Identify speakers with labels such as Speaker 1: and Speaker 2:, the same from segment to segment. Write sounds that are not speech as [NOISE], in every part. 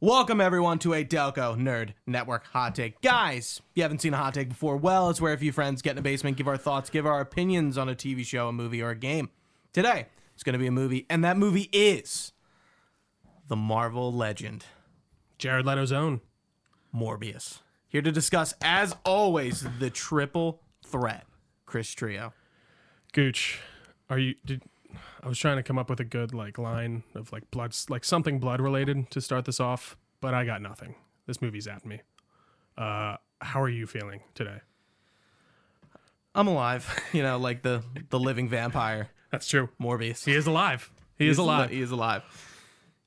Speaker 1: Welcome everyone to a Delco Nerd Network hot take. Guys, if you haven't seen a hot take before, well, it's where a few friends get in a basement, give our thoughts, give our opinions on a TV show, a movie, or a game. Today, it's going to be a movie, and that movie is the Marvel legend
Speaker 2: Jared Leto's own.
Speaker 1: Morbius. Here to discuss, as always, the triple threat. Chris Trio.
Speaker 2: Gooch, are you? Did I was trying to come up with a good like line of like blood, like something blood related to start this off, but I got nothing. This movie's at me. Uh, how are you feeling today?
Speaker 1: I'm alive, [LAUGHS] you know, like the the living vampire,
Speaker 2: That's true.
Speaker 1: Morbius.
Speaker 2: He is alive. He, is
Speaker 1: He's li-
Speaker 2: alive.
Speaker 1: He is alive.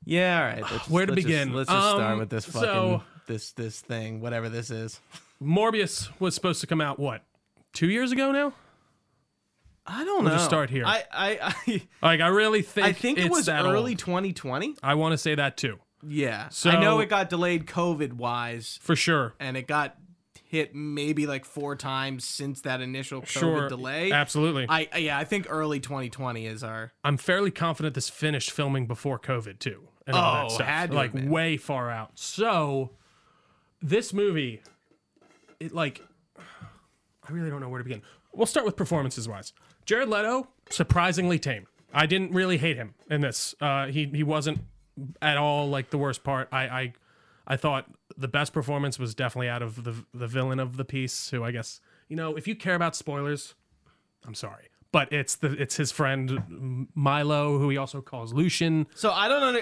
Speaker 1: Yeah, all right. Let's,
Speaker 2: Where to
Speaker 1: let's
Speaker 2: begin?
Speaker 1: Just, let's just start
Speaker 2: Um,
Speaker 1: with this fucking
Speaker 2: so-
Speaker 1: this this thing, whatever this is.
Speaker 2: Morbius was supposed to come out what two years ago now.
Speaker 1: I don't know.
Speaker 2: just start here.
Speaker 1: I I [LAUGHS] I,
Speaker 2: Like I really think
Speaker 1: I think it
Speaker 2: it's
Speaker 1: was
Speaker 2: that
Speaker 1: early
Speaker 2: old.
Speaker 1: 2020.
Speaker 2: I want to say that too
Speaker 1: Yeah.
Speaker 2: So-
Speaker 1: I know it got delayed COVID wise,
Speaker 2: for sure.
Speaker 1: and it got hit maybe like four times since that initial COVID
Speaker 2: Sure,
Speaker 1: delay.
Speaker 2: absolutely.
Speaker 1: I I- yeah, I think early 2020 is our.
Speaker 2: I'm fairly confident this finished filming before COVID too. And all
Speaker 1: Oh,
Speaker 2: that stuff.
Speaker 1: had to
Speaker 2: like
Speaker 1: have been.
Speaker 2: way far out. So this movie, it like I really don't know where to begin. We'll start with performances wise. Jared Leto, surprisingly tame. I didn't really hate him in this. Uh, he he wasn't at all like the worst part. I I, I thought the best performance was definitely out of the the villain of the piece, who I guess you know if you care about spoilers, I'm sorry, but it's the it's his friend Milo, who he also calls Lucian.
Speaker 1: So I don't under,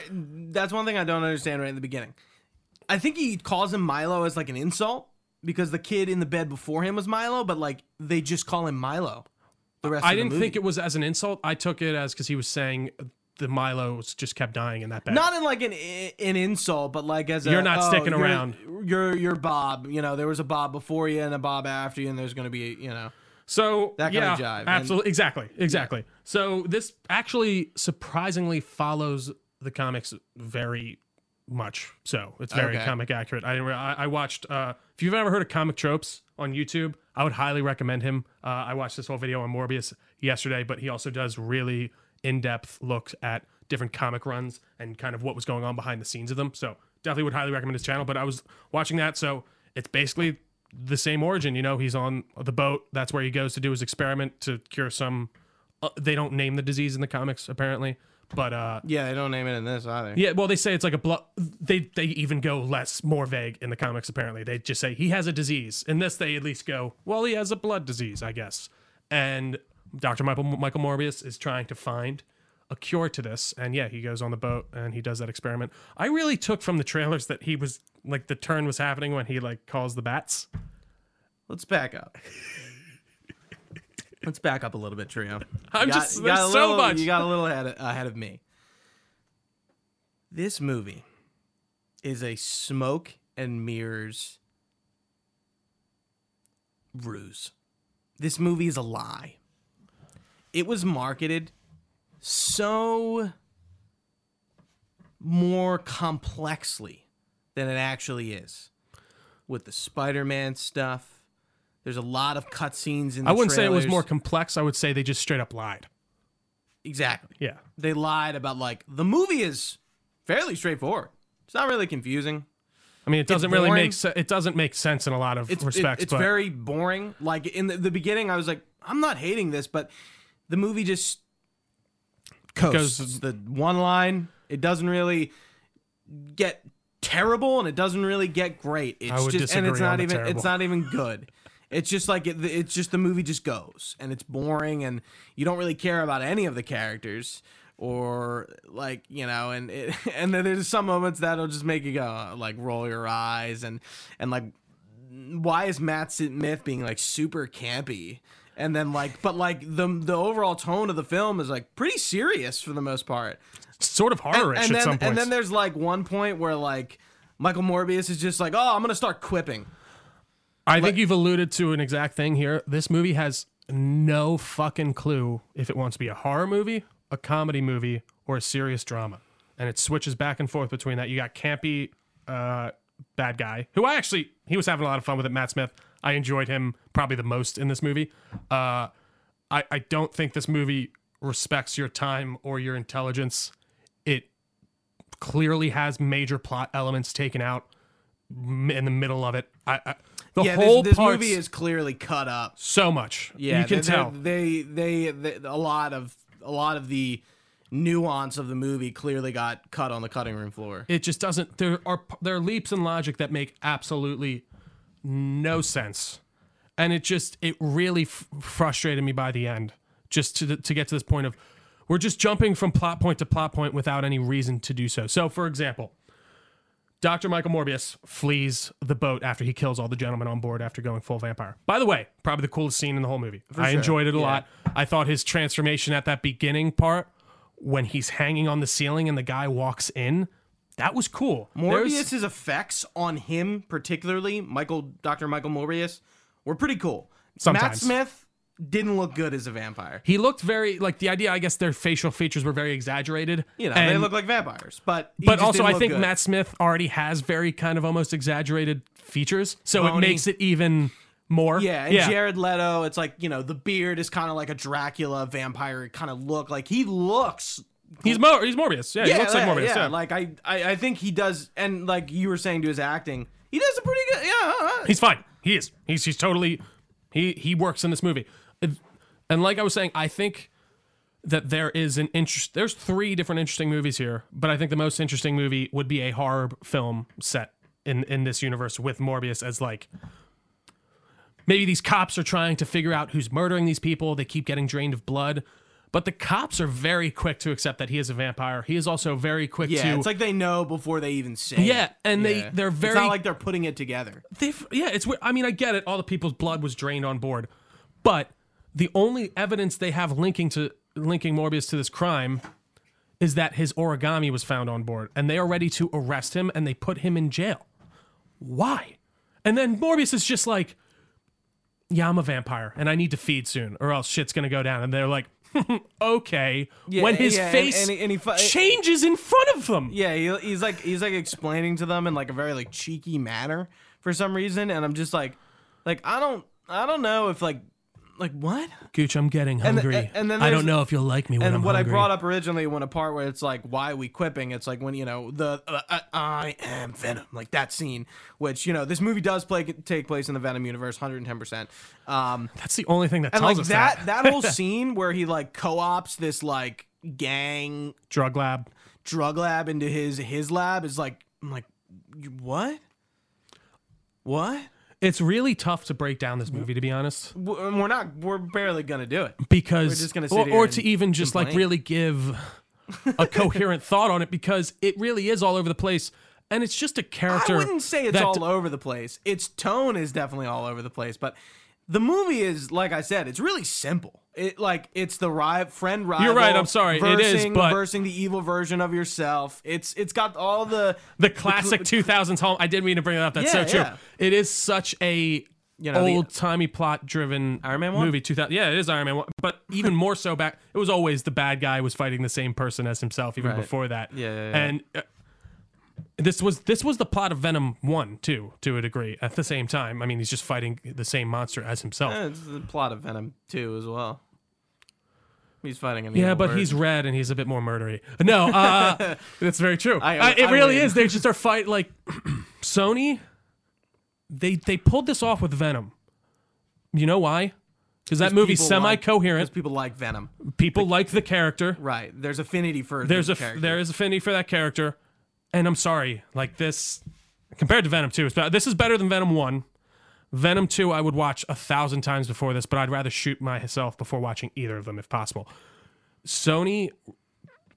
Speaker 1: that's one thing I don't understand right in the beginning. I think he calls him Milo as like an insult because the kid in the bed before him was Milo, but like they just call him Milo. The rest
Speaker 2: I
Speaker 1: of the
Speaker 2: didn't
Speaker 1: movie.
Speaker 2: think it was as an insult. I took it as because he was saying the Milos just kept dying in that bed.
Speaker 1: not in like an an insult, but like as a,
Speaker 2: You're not
Speaker 1: oh,
Speaker 2: sticking
Speaker 1: you're-
Speaker 2: around.
Speaker 1: You're you're Bob. You know there was a Bob before you and a Bob after you, and there's gonna be you know
Speaker 2: so
Speaker 1: that
Speaker 2: yeah,
Speaker 1: kinda jive, and-
Speaker 2: Absolutely, exactly, exactly. So this actually surprisingly follows the comics very much. So it's very
Speaker 1: Okay.
Speaker 2: comic accurate. I, didn't re- I I watched. Uh, if you've ever heard of comic tropes on YouTube, I would highly recommend him. Uh, I watched this whole video on Morbius yesterday, but he also does really in-depth looks at different comic runs and kind of what was going on behind the scenes of them. So definitely would highly recommend his channel. But I was watching that, so it's basically the same origin. You know, he's on the boat. That's where he goes to do his experiment to cure some. Uh, they don't name the disease in the comics apparently, but uh,
Speaker 1: yeah they don't name it in this either.
Speaker 2: yeah, well, they say it's like a blood. They they even go less, more vague in the comics. Apparently, they just say he has a disease. In this, they at least go, well, he has a blood disease, I guess. And Doctor Michael Michael Morbius is trying to find a cure to this. And yeah, he goes on the boat and he does that experiment. I really took from the trailers that he was like the turn was happening when he like calls the bats.
Speaker 1: Let's back up. Let's back up a little bit, Trio.
Speaker 2: [LAUGHS] I'm
Speaker 1: You
Speaker 2: just-
Speaker 1: you a
Speaker 2: there's so
Speaker 1: little,
Speaker 2: much.
Speaker 1: You got a little ahead of, ahead of me. This movie is a smoke and mirrors ruse. This movie is a lie. It was marketed so more complexly than it actually is with the Spider-Man stuff. There's a lot of cutscenes in. The
Speaker 2: I wouldn't say it was
Speaker 1: trailers.
Speaker 2: more complex. I would say they just straight up lied.
Speaker 1: exactly.
Speaker 2: Yeah,
Speaker 1: They lied about like the movie is fairly straightforward. It's not really confusing.
Speaker 2: I mean, it doesn't really
Speaker 1: boring.
Speaker 2: make se- it doesn't make sense in a lot of
Speaker 1: It's it-
Speaker 2: respects.
Speaker 1: it's
Speaker 2: but
Speaker 1: very boring. Like in the, the beginning, I was like, I'm not hating this, but the movie just coasts.
Speaker 2: Goes-
Speaker 1: the one line. It doesn't really get terrible, and it doesn't really get great. It's
Speaker 2: would
Speaker 1: just and it's
Speaker 2: disagree on
Speaker 1: not
Speaker 2: the
Speaker 1: even it's
Speaker 2: terrible.
Speaker 1: not even good. It's just like it, it's just the movie just goes and it's boring and you don't really care about any of the characters or like you know and it, [LAUGHS] and then there's some moments that'll just make you go like roll your eyes and and like why is Matt Smith being like super campy? And then like, but like the the overall tone of the film is like pretty serious for the most part.
Speaker 2: sort of horror-ish
Speaker 1: And
Speaker 2: at
Speaker 1: then
Speaker 2: some point.
Speaker 1: and then there's like one point where like Michael Morbius is just like, oh, I'm gonna start quipping.
Speaker 2: I think you've alluded to an exact thing here. This movie has no fucking clue if it wants to be a horror movie, a comedy movie, or a serious drama. And it switches back and forth between that. You got campy uh, bad guy, who I actually he was having a lot of fun with it, Matt Smith. I enjoyed him probably the most in this movie. Uh, I, I don't think this movie respects your time or your intelligence. It clearly has major plot elements taken out m- in the middle of it. I, I the
Speaker 1: yeah,
Speaker 2: whole
Speaker 1: this, this
Speaker 2: part's
Speaker 1: movie is clearly cut up.
Speaker 2: so much.
Speaker 1: Yeah,
Speaker 2: you can
Speaker 1: they,
Speaker 2: tell.
Speaker 1: they they, they a lot of a lot of the nuance of the movie clearly got cut on the cutting room floor.
Speaker 2: it just doesn't there are there are leaps in logic that make absolutely no sense and it just it really f- frustrated me by the end just to the, to get to this point of we're just jumping from plot point to plot point without any reason to do so so for example Dr. Michael Morbius flees the boat after he kills all the gentlemen on board after going full vampire. By the way, probably the coolest scene in the whole movie. I enjoyed it a lot. I thought his transformation at that beginning part when he's hanging on the ceiling and the guy walks in, that was cool. There's-
Speaker 1: Morbius's effects on him, particularly Michael Dr. Michael Morbius, were pretty cool. Matt
Speaker 2: Sometimes.
Speaker 1: Smith didn't look good as a vampire.
Speaker 2: he looked very like the idea. I guess their facial features were very exaggerated.
Speaker 1: You know,
Speaker 2: and,
Speaker 1: they look like vampires, but he
Speaker 2: but
Speaker 1: just
Speaker 2: also
Speaker 1: didn't
Speaker 2: I
Speaker 1: look
Speaker 2: think
Speaker 1: good.
Speaker 2: Matt Smith already has very kind of almost exaggerated features, so it
Speaker 1: Bony.
Speaker 2: makes it even more.
Speaker 1: Yeah, and Jared Leto, it's like, you know, the beard is kind of like a Dracula vampire kind of look. Like he looks
Speaker 2: he's Mo- he's Morbius. Yeah, he looks like Morbius. yeah.
Speaker 1: like I, I, I think he does, and like you were saying to his acting, he does a pretty good. Yeah, uh,
Speaker 2: He's fine. He is. He's he's totally he he works in this movie. If- And like I was saying, I think that there is an interest there's three different interesting movies here, but I think the most interesting movie would be a horror film set in in this universe with Morbius as like maybe these cops are trying to figure out who's murdering these people. They keep getting drained of blood. But the cops are very quick to accept that he is a vampire. He is also very quick
Speaker 1: yeah.
Speaker 2: to
Speaker 1: It's like they know before they even say.
Speaker 2: Yeah,
Speaker 1: it.
Speaker 2: and they
Speaker 1: Yeah.
Speaker 2: they're very
Speaker 1: It's not like they're putting it together.
Speaker 2: They've, yeah, it's weird. I mean, I get it. All the people's blood was drained on board, but the only evidence they have linking to linking Morbius to this crime is that his origami was found on board, and they are ready to arrest him and they put him in jail. Why? And then Morbius is just like, "Yeah, I'm a vampire, and I need to feed soon, or else shit's gonna go down." And they're like, [LAUGHS] "Okay." when his
Speaker 1: yeah, and-
Speaker 2: face
Speaker 1: and he- and he fi-
Speaker 2: changes in front of them,
Speaker 1: Yeah, he, he's like he's like explaining to them in like a very like cheeky manner for some reason, and I'm just like, like I don't I don't know if like like what
Speaker 2: Gooch, I'm getting
Speaker 1: the-
Speaker 2: hungry.
Speaker 1: and- and then
Speaker 2: I
Speaker 1: there's-
Speaker 2: don't know if you'll like me when
Speaker 1: and
Speaker 2: I'm
Speaker 1: what I
Speaker 2: hungry.
Speaker 1: brought up originally when a part where it's like, why are we quipping? It's like when you know the uh, uh, I am Venom, like that scene, which you know this movie does play take place in the Venom universe, hundred and ten percent. Um,
Speaker 2: That's the only thing that
Speaker 1: and
Speaker 2: tells
Speaker 1: like
Speaker 2: us
Speaker 1: that that
Speaker 2: [LAUGHS]
Speaker 1: whole scene where he like co-ops this like gang
Speaker 2: drug lab.
Speaker 1: drug lab into his his lab is like, I'm like, you- what, what?
Speaker 2: It's really tough to break down this movie, to be honest,
Speaker 1: We're we're not, we're barely gonna do it.
Speaker 2: because
Speaker 1: just gonna sit
Speaker 2: or,
Speaker 1: here
Speaker 2: or
Speaker 1: and
Speaker 2: to even just like
Speaker 1: complain.
Speaker 2: really give a
Speaker 1: [LAUGHS]
Speaker 2: coherent thought on it, because it really is all over the place, and it's just a character.
Speaker 1: I wouldn't say it's
Speaker 2: that-
Speaker 1: all over the place. Its tone is definitely all over the place, but the movie is like I said, it's really simple. It like it's the ri- friend rival.
Speaker 2: right, I'm sorry, it is,
Speaker 1: versing-
Speaker 2: but-
Speaker 1: versing the evil version of yourself. It's it's got all the
Speaker 2: The classic 2000s home. I didn't mean to bring it up. That's
Speaker 1: Yeah,
Speaker 2: so true.
Speaker 1: yeah.
Speaker 2: It is such a
Speaker 1: know, the-
Speaker 2: old timey plot driven
Speaker 1: Iron Man one?
Speaker 2: movie. 2000. Yeah, it is Iron Man one, but even more so back. It was always the bad guy was fighting the same person as himself even
Speaker 1: Right.
Speaker 2: before that.
Speaker 1: Yeah, yeah, yeah.
Speaker 2: and. Uh, this was this was the plot of Venom One too, to a degree. At the same time, I mean, he's just fighting the same monster as himself.
Speaker 1: Eh, it's the plot of Venom 2 as well. He's fighting an
Speaker 2: Yeah,
Speaker 1: evil
Speaker 2: but
Speaker 1: version.
Speaker 2: he's red and he's a bit more murdery. No,
Speaker 1: [LAUGHS]
Speaker 2: uh, that's very true.
Speaker 1: I-
Speaker 2: Uh, it
Speaker 1: I
Speaker 2: really
Speaker 1: win.
Speaker 2: is. They just are fight like [CLEARS THROAT] Sony. They they pulled this off with Venom. You know why? Because that movie's
Speaker 1: people
Speaker 2: semi
Speaker 1: like-
Speaker 2: coherent.
Speaker 1: Because people like Venom.
Speaker 2: people like the character.
Speaker 1: Right. There's affinity for
Speaker 2: There's
Speaker 1: the
Speaker 2: a
Speaker 1: character.
Speaker 2: there is affinity for that character, and I'm sorry, like this compared to Venom Two, it's be- this is better than Venom One. Venom Two, I would watch a thousand times before this, but I'd rather shoot myself before watching either of them if possible. Sony,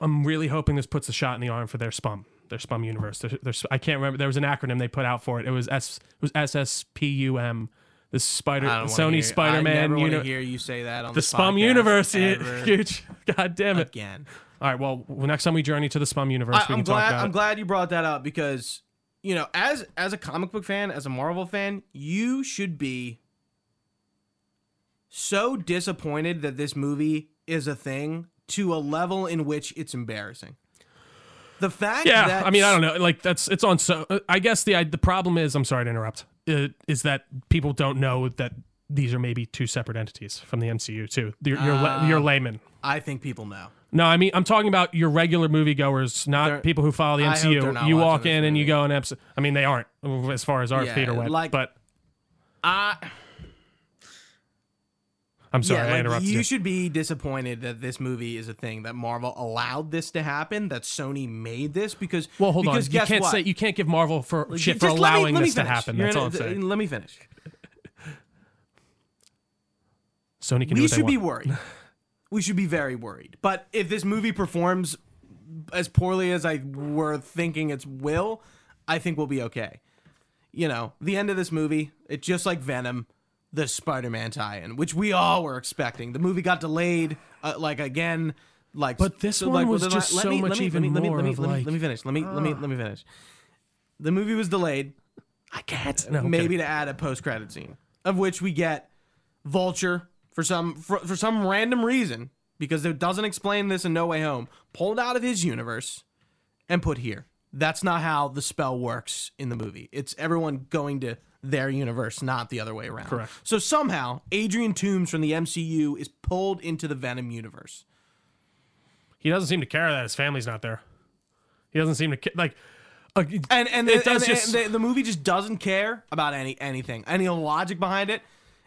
Speaker 2: I'm really hoping this puts a shot in the arm for their spum, their spum universe. Their, their, I can't remember. There was an acronym they put out for it. It was S. It was SSPUM. The Spider
Speaker 1: I don't wanna
Speaker 2: Sony
Speaker 1: hear-
Speaker 2: Spider
Speaker 1: I never
Speaker 2: Man
Speaker 1: wanna
Speaker 2: uni-
Speaker 1: hear you say that on
Speaker 2: the Spum
Speaker 1: podcast
Speaker 2: universe. [LAUGHS]
Speaker 1: ever
Speaker 2: Huge. God damn it.
Speaker 1: again.
Speaker 2: All right. Well, well, next time we journey to the Spum universe, we
Speaker 1: I,
Speaker 2: can
Speaker 1: am glad.
Speaker 2: talk about
Speaker 1: I'm
Speaker 2: it.
Speaker 1: glad you brought that up because you know, as as a comic book fan, as a Marvel fan, you should be so disappointed that this movie is a thing to a level in which it's embarrassing. The fact
Speaker 2: Yeah.
Speaker 1: that
Speaker 2: I mean, I don't know. Like that's it's on. So uh, I guess the I, the problem is, I'm sorry to interrupt, uh, is that people don't know that
Speaker 1: Ah.
Speaker 2: these are maybe two separate entities from the MCU too. You're, you're, la- you're layman.
Speaker 1: I think people know.
Speaker 2: No, I mean I'm talking about your regular moviegoers, not
Speaker 1: They're-
Speaker 2: people who follow the
Speaker 1: I hope they're
Speaker 2: MCU.
Speaker 1: not
Speaker 2: You
Speaker 1: watching
Speaker 2: walk
Speaker 1: this
Speaker 2: in and you go an episode. I mean they aren't as far as our
Speaker 1: Yeah,
Speaker 2: theater went.
Speaker 1: like-
Speaker 2: but
Speaker 1: I
Speaker 2: I'm sorry,
Speaker 1: yeah,
Speaker 2: I
Speaker 1: like,
Speaker 2: interrupted you.
Speaker 1: you should be disappointed that this movie is a thing that Marvel allowed this to happen, that Sony made this because
Speaker 2: Well, hold
Speaker 1: because
Speaker 2: on. You
Speaker 1: guess
Speaker 2: can't
Speaker 1: what?
Speaker 2: say you can't give Marvel for shit
Speaker 1: Just
Speaker 2: for
Speaker 1: let me-
Speaker 2: allowing
Speaker 1: let me
Speaker 2: this to
Speaker 1: finish.
Speaker 2: happen.
Speaker 1: You're
Speaker 2: That's
Speaker 1: in-
Speaker 2: all I'm saying.
Speaker 1: Let me finish.
Speaker 2: Sony can do
Speaker 1: we
Speaker 2: what they
Speaker 1: should be
Speaker 2: want.
Speaker 1: worried. We should be very worried. But if this movie performs as poorly as I were thinking it will, I think we'll be okay. You know, the end of this movie, it's just like Venom, the Spider-Man tie-in, which we all were expecting. The movie got delayed, uh, like again, like.
Speaker 2: But this one
Speaker 1: like,
Speaker 2: was
Speaker 1: let-
Speaker 2: just
Speaker 1: let
Speaker 2: so
Speaker 1: me-
Speaker 2: much
Speaker 1: let me-
Speaker 2: even
Speaker 1: let me,
Speaker 2: more
Speaker 1: Let me,
Speaker 2: of,
Speaker 1: let me,
Speaker 2: like-
Speaker 1: let me finish. Let me let me let me finish. The movie was delayed
Speaker 2: I can't. No, I'm
Speaker 1: maybe
Speaker 2: kidding.
Speaker 1: to add a post credit scene, of which we get Vulture for some for, for some random reason because it doesn't explain this in No Way Home, pulled out of his universe and put here. That's not how the spell works in the movie. It's everyone going to their universe, not the other way around.
Speaker 2: Correct.
Speaker 1: So somehow Adrian Toomes from the MCU is pulled into the Venom universe.
Speaker 2: he doesn't seem to care that his family's not there. He doesn't seem to ca- like. uh,
Speaker 1: and and,
Speaker 2: It
Speaker 1: it does
Speaker 2: does just-
Speaker 1: the, the movie just doesn't care about any anything any logic behind it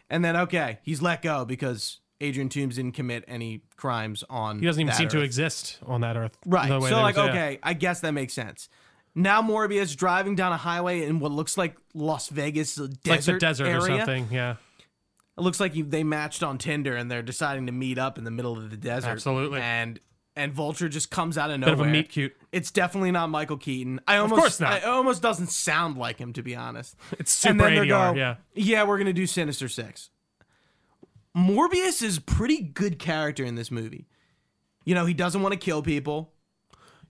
Speaker 1: and then okay he's let go because adrian toombs didn't commit any crimes on
Speaker 2: he doesn't even seem to exist on that earth.
Speaker 1: right
Speaker 2: the way
Speaker 1: so
Speaker 2: they-
Speaker 1: like
Speaker 2: yeah.
Speaker 1: okay i guess that makes sense now morbius driving down a highway in what looks like las vegas uh, desert
Speaker 2: like the desert
Speaker 1: area.
Speaker 2: or something. Yeah,
Speaker 1: It looks like you, they matched on Tinder and they're deciding to meet up in the middle of the desert.
Speaker 2: Absolutely.
Speaker 1: And and Vulture just comes out of
Speaker 2: bit
Speaker 1: nowhere.
Speaker 2: of a meet cute.
Speaker 1: It's definitely not Michael Keaton. I almost
Speaker 2: course not.
Speaker 1: I- it almost doesn't sound like him to be honest.
Speaker 2: It's
Speaker 1: and
Speaker 2: super
Speaker 1: then they
Speaker 2: ADR.
Speaker 1: go,
Speaker 2: yeah,
Speaker 1: we're gonna do Sinister Six. Morbius is pretty good character in this movie. You know, he doesn't want to kill people.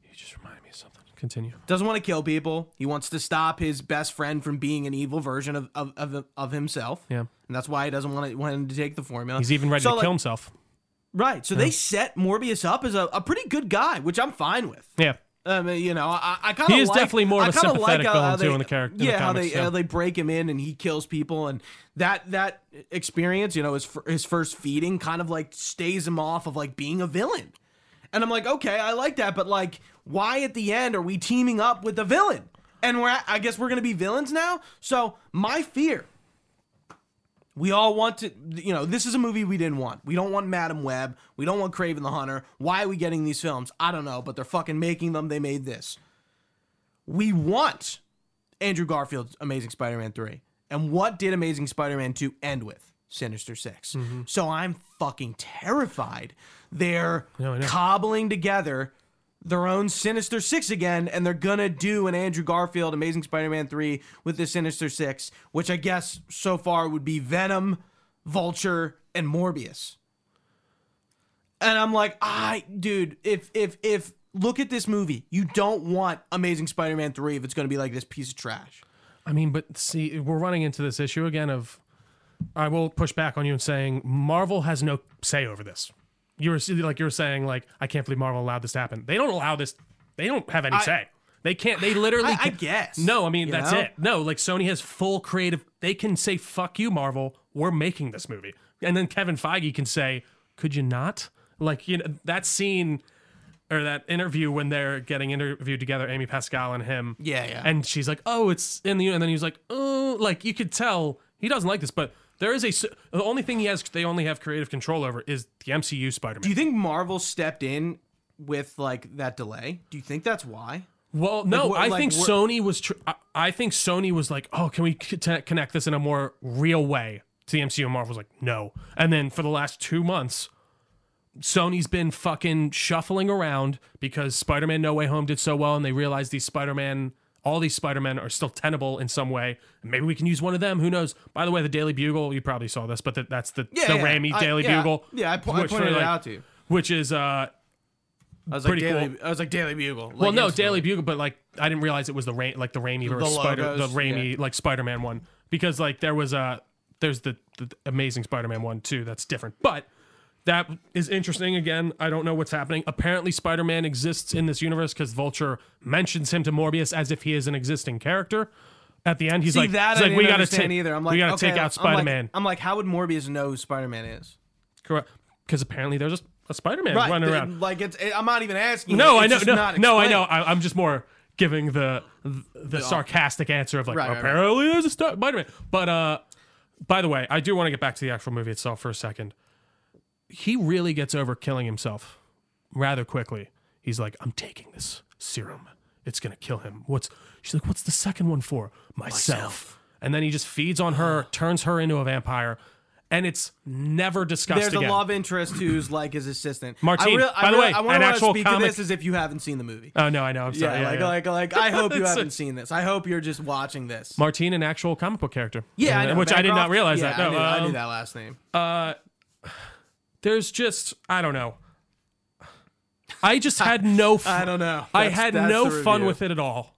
Speaker 2: you just reminded me of something. Continue.
Speaker 1: Doesn't want to kill people. He wants to stop his best friend from being an evil version of of, of, of himself.
Speaker 2: Yeah,
Speaker 1: And that's why he doesn't want, to, want him to take the formula.
Speaker 2: he's even ready
Speaker 1: So,
Speaker 2: to
Speaker 1: like,
Speaker 2: kill himself.
Speaker 1: Right. So they set Morbius up as a, a pretty good guy, which I'm fine with.
Speaker 2: Yeah,
Speaker 1: Um, you know, I, I kind of
Speaker 2: He is definitely more of a
Speaker 1: like
Speaker 2: sympathetic
Speaker 1: how,
Speaker 2: villain,
Speaker 1: how
Speaker 2: too,
Speaker 1: they-
Speaker 2: in the charac- in the
Speaker 1: Yeah, how
Speaker 2: comics,
Speaker 1: they
Speaker 2: yeah.
Speaker 1: how they break him in and he kills people, and that that experience, you know, his fir- his first feeding kind of like stays him off of like being a villain. And I'm like, okay, I like that, but like, why at the end are we teaming up with the villain? And we're at, I guess we're gonna be villains now. So my fear we all want to, you know, this is a movie we didn't want. We don't want Madam Web. We don't want Craven the Hunter. Why are we getting these films? I don't know, but they're fucking making them. They made this. We want Andrew Garfield's Amazing Spider Man 3. And what did Amazing Spider Man 2 end with? Sinister 6.
Speaker 2: Mm-hmm.
Speaker 1: So I'm fucking terrified. They're
Speaker 2: No, I know.
Speaker 1: cobbling together their own Sinister Six again, and they're gonna do an Andrew Garfield Amazing Spider Man 3 with the Sinister Six, which I guess so far would be Venom, Vulture, and Morbius. And I'm like, I dude, if if if look at this movie, you don't want Amazing Spider-Man 3 if it's gonna be like this piece of trash.
Speaker 2: I mean, but see, we're running into this issue again of I will push back on you and saying Marvel has no say over this. You were like you were saying like I can't believe Marvel allowed this to happen. They don't allow this. They don't have any say. They can't. They literally.
Speaker 1: I- I
Speaker 2: can-
Speaker 1: guess,
Speaker 2: No, I mean
Speaker 1: you
Speaker 2: that's
Speaker 1: know?
Speaker 2: it. No, like Sony has full creative. They can say fuck you, Marvel. We're making this movie, and then Kevin Feige can say, could you not? Like you know that scene or that interview when they're getting interviewed together, Amy Pascal and him.
Speaker 1: Yeah, yeah.
Speaker 2: And she's like, "Oh, it's in the," and then he's like, "Oh," like you could tell he doesn't like this. But there is a s- the only thing he has they only have creative control over is the MCU Spider
Speaker 1: Do
Speaker 2: Man.
Speaker 1: you think Marvel stepped in with like that delay? Do you think that's why?
Speaker 2: Well, no,
Speaker 1: what-
Speaker 2: I
Speaker 1: like,
Speaker 2: think
Speaker 1: what-
Speaker 2: Sony was. Tr- I, I think Sony was like, "Oh, can we c- t- connect this in a more real way?" To the MCU, and Marvel's like, "No." And then for the last two months. Sony's been fucking shuffling around because Spider-Man No Way Home did so well, and they realized these Spider-Man, all these Spider-Men are still tenable in some way. Maybe we can use one of them. Who knows? By the way, the Daily Bugle, you probably saw this, but that that's the the Ramy
Speaker 1: I-
Speaker 2: Daily
Speaker 1: yeah,
Speaker 2: Bugle.
Speaker 1: Yeah, I, po- I
Speaker 2: which
Speaker 1: pointed
Speaker 2: really,
Speaker 1: it
Speaker 2: like-
Speaker 1: out to you.
Speaker 2: Which is uh,
Speaker 1: I was
Speaker 2: pretty
Speaker 1: like Daily, I was like Daily Bugle. Like,
Speaker 2: well, no,
Speaker 1: instantly.
Speaker 2: Daily Bugle, but like I didn't realize it was the Ra- like the Raimi versus Spider the
Speaker 1: logos,
Speaker 2: Raimi like Spider Man one because like there was a there's the, the Amazing Spider Man one too that's different, but that is interesting. Again, I don't know what's happening. Apparently, Spider Man exists in this universe because Vulture mentions him to Morbius as if he is an existing character. At the end, he's
Speaker 1: See
Speaker 2: like,
Speaker 1: that
Speaker 2: he's
Speaker 1: I
Speaker 2: like,
Speaker 1: didn't
Speaker 2: we gotta
Speaker 1: understand
Speaker 2: take
Speaker 1: either. I'm like,
Speaker 2: we gotta
Speaker 1: okay,
Speaker 2: take out
Speaker 1: I'm like-
Speaker 2: Spider Man.
Speaker 1: I'm like, how would Morbius know who Spider-Man is?
Speaker 2: Correct. Because apparently there's a a Spider-Man
Speaker 1: Right,
Speaker 2: running
Speaker 1: th- [LAUGHS]
Speaker 2: around.
Speaker 1: Like it's. It, I'm not even asking.
Speaker 2: No,
Speaker 1: It's
Speaker 2: I know,
Speaker 1: just
Speaker 2: no,
Speaker 1: not
Speaker 2: no, I
Speaker 1: explained. uh,
Speaker 2: know. I, I'm just more giving the the, sarcastic answer of like
Speaker 1: Right, right, right.
Speaker 2: apparently there's a Spider-Man. But uh, by the way, I do want to get back to the actual movie itself for a second. He really gets over killing himself rather quickly. He's like, I'm taking this serum. It's gonna kill him. What's she's like? What's the second one for? Myself. And then he just feeds
Speaker 1: [SIGHS]
Speaker 2: on her, turns her into a vampire, and it's never discussed
Speaker 1: There's
Speaker 2: again.
Speaker 1: a love interest who's like his assistant.
Speaker 2: Martine,
Speaker 1: I
Speaker 2: by the way,
Speaker 1: I
Speaker 2: an
Speaker 1: want to
Speaker 2: actual
Speaker 1: speak to
Speaker 2: comic-
Speaker 1: this as if you haven't seen the movie.
Speaker 2: oh no, I know. I'm
Speaker 1: yeah,
Speaker 2: sorry.
Speaker 1: like,
Speaker 2: yeah.
Speaker 1: like, like, I hope you
Speaker 2: [LAUGHS] It's a-
Speaker 1: haven't seen this. I hope you're just watching this.
Speaker 2: Martine, an actual comic book character.
Speaker 1: yeah, I
Speaker 2: Uh,
Speaker 1: know.
Speaker 2: which I did not
Speaker 1: Bancroft?
Speaker 2: realize
Speaker 1: Yeah,
Speaker 2: that. No,
Speaker 1: I knew, I knew
Speaker 2: um,
Speaker 1: that last name.
Speaker 2: there's just I don't know. I just had no.
Speaker 1: [LAUGHS]
Speaker 2: F-
Speaker 1: I don't know.
Speaker 2: I
Speaker 1: That's-
Speaker 2: had
Speaker 1: that's
Speaker 2: no
Speaker 1: the
Speaker 2: fun
Speaker 1: review.
Speaker 2: with it at all.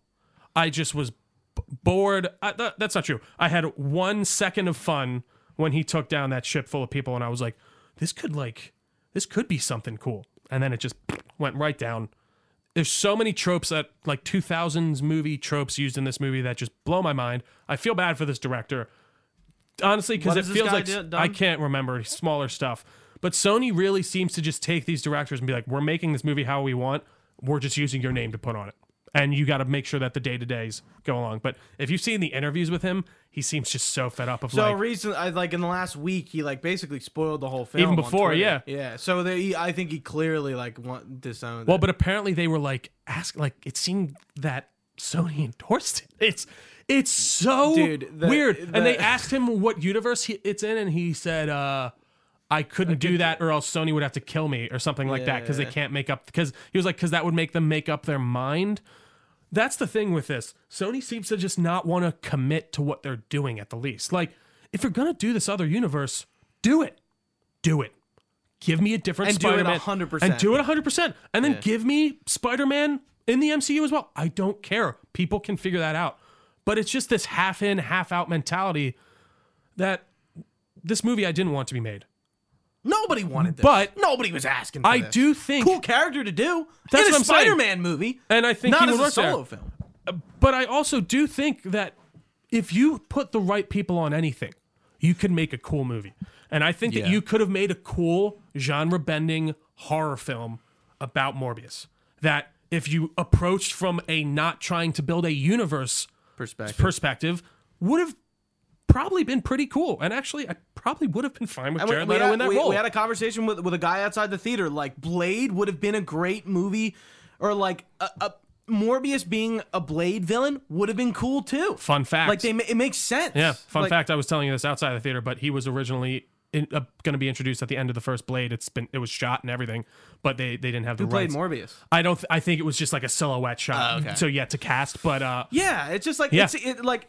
Speaker 2: I just was b- bored. I, th- that's not true. I had one second of fun when he took down that ship full of people, and I was like, "This could like, this could be something cool." And then it just went right down. There's so many tropes that like 2000s movie tropes used in this movie that just blow my mind. I feel bad for this director, honestly, because
Speaker 1: What
Speaker 2: it
Speaker 1: has this
Speaker 2: feels
Speaker 1: guy
Speaker 2: like
Speaker 1: do-
Speaker 2: s-
Speaker 1: done?
Speaker 2: I can't remember smaller stuff. But Sony really seems to just take these directors and be like, "We're making this movie how we want. We're just using your name to put on it, and you got to make sure that the day to days go along." But if you've seen the interviews with him, he seems just so fed up of
Speaker 1: So
Speaker 2: like,
Speaker 1: recent, I, like in the last week, he like basically spoiled the whole film.
Speaker 2: Even
Speaker 1: on
Speaker 2: before,
Speaker 1: Twitter.
Speaker 2: yeah.
Speaker 1: yeah. So they, he- I think he clearly like want uh, disowned.
Speaker 2: well,
Speaker 1: it.
Speaker 2: but apparently they were like, ask like it seemed that Sony endorsed it. It's it's so
Speaker 1: Dude, the-
Speaker 2: weird.
Speaker 1: the-
Speaker 2: and they asked him what universe he, it's in, and he said, uh, I couldn't do that, or else Sony would have to kill me, or something like that, because they
Speaker 1: Yeah.
Speaker 2: can't make up. Because he was like, because that would make them make up their mind. That's the thing with this. Sony seems to just not want to commit to what they're doing at the least. Like, if you're gonna do this other universe, do it, do it. Give me a different
Speaker 1: And do it
Speaker 2: Spider-Man
Speaker 1: 100%.
Speaker 2: and do it 100 percent, and then give me Spider-Man in the MCU as well. I don't care. People can figure that out. But it's just this half in, half out mentality that this movie I didn't want to be made.
Speaker 1: nobody wanted this.
Speaker 2: But-
Speaker 1: nobody was asking. For
Speaker 2: I
Speaker 1: this.
Speaker 2: do think,
Speaker 1: cool character to do.
Speaker 2: That's
Speaker 1: in
Speaker 2: what
Speaker 1: a
Speaker 2: I'm saying.
Speaker 1: Spider-Man movie,
Speaker 2: and I think
Speaker 1: not as
Speaker 2: he would
Speaker 1: a
Speaker 2: work there.
Speaker 1: solo film.
Speaker 2: But I also do think that if you put the right people on anything, you can make a cool movie. And I think
Speaker 1: Yeah.
Speaker 2: that you could have made a cool genre bending horror film about Morbius. That if you approached from a not trying to build a universe
Speaker 1: Perspective.
Speaker 2: perspective, would have probably been pretty cool. And actually, I probably would have been fine with
Speaker 1: And we-
Speaker 2: Jared
Speaker 1: we
Speaker 2: Leto
Speaker 1: had-
Speaker 2: in that
Speaker 1: we-
Speaker 2: role.
Speaker 1: We had a conversation with, with a guy outside the theater. Like Blade would have been a great movie, or like a, a Morbius being a Blade villain would have been cool too.
Speaker 2: Fun fact.
Speaker 1: Like they, ma- it makes sense.
Speaker 2: Yeah, fun
Speaker 1: Like,
Speaker 2: fact: I was telling you this outside the theater, but he was originally in, uh, going to be introduced at the end of the first Blade. It's been it was shot and everything, but they they didn't have the
Speaker 1: Who played
Speaker 2: rights.
Speaker 1: Morbius?
Speaker 2: I don't. Th- I think it was just like a silhouette shot.
Speaker 1: Oh, okay.
Speaker 2: So yet to cast, but uh,
Speaker 1: Yeah, it's just like
Speaker 2: Yeah.
Speaker 1: it's it, like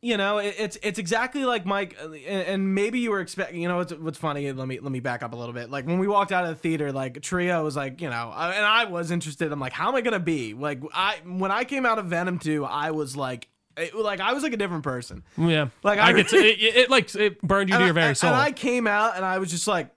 Speaker 1: you know, it, it's it's exactly like Mike and, and maybe you were expecting, you know, what's what's funny, let me let me back up a little bit. Like when we walked out of the theater, like Trio was like, you know, I- and I was interested. I'm like, how am I going to be? Like I when I came out of Venom 2, I was like it, like I was like a different person.
Speaker 2: yeah,
Speaker 1: Like,
Speaker 2: I,
Speaker 1: I-
Speaker 2: get to, it, it, it, like it burned you to
Speaker 1: And
Speaker 2: your
Speaker 1: I,
Speaker 2: very
Speaker 1: and-
Speaker 2: soul.
Speaker 1: And I
Speaker 2: And,
Speaker 1: came out and I was just like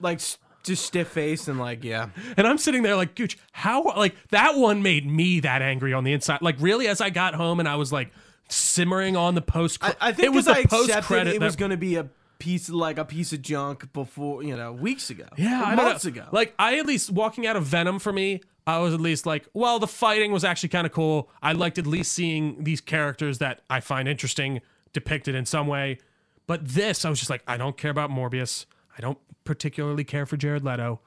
Speaker 1: like s- just stiff faced and like, yeah.
Speaker 2: I, am sitting there like, Gooch, how like that one made me that angry on the inside. Like really, as I got home and I was like simmering on the post.
Speaker 1: I, I think
Speaker 2: it was
Speaker 1: 'cause I
Speaker 2: the
Speaker 1: accepted
Speaker 2: post credit.
Speaker 1: it was going to be a piece like a piece of junk before, you know, weeks ago.
Speaker 2: Yeah, I don't
Speaker 1: months
Speaker 2: know.
Speaker 1: ago.
Speaker 2: Like I at least walking out of Venom for me, I was at least like, well, the fighting was actually kind of cool. I liked at least seeing these characters that I find interesting depicted in some way. But this, I was just like, I don't care about Morbius. I don't particularly care for Jared Leto.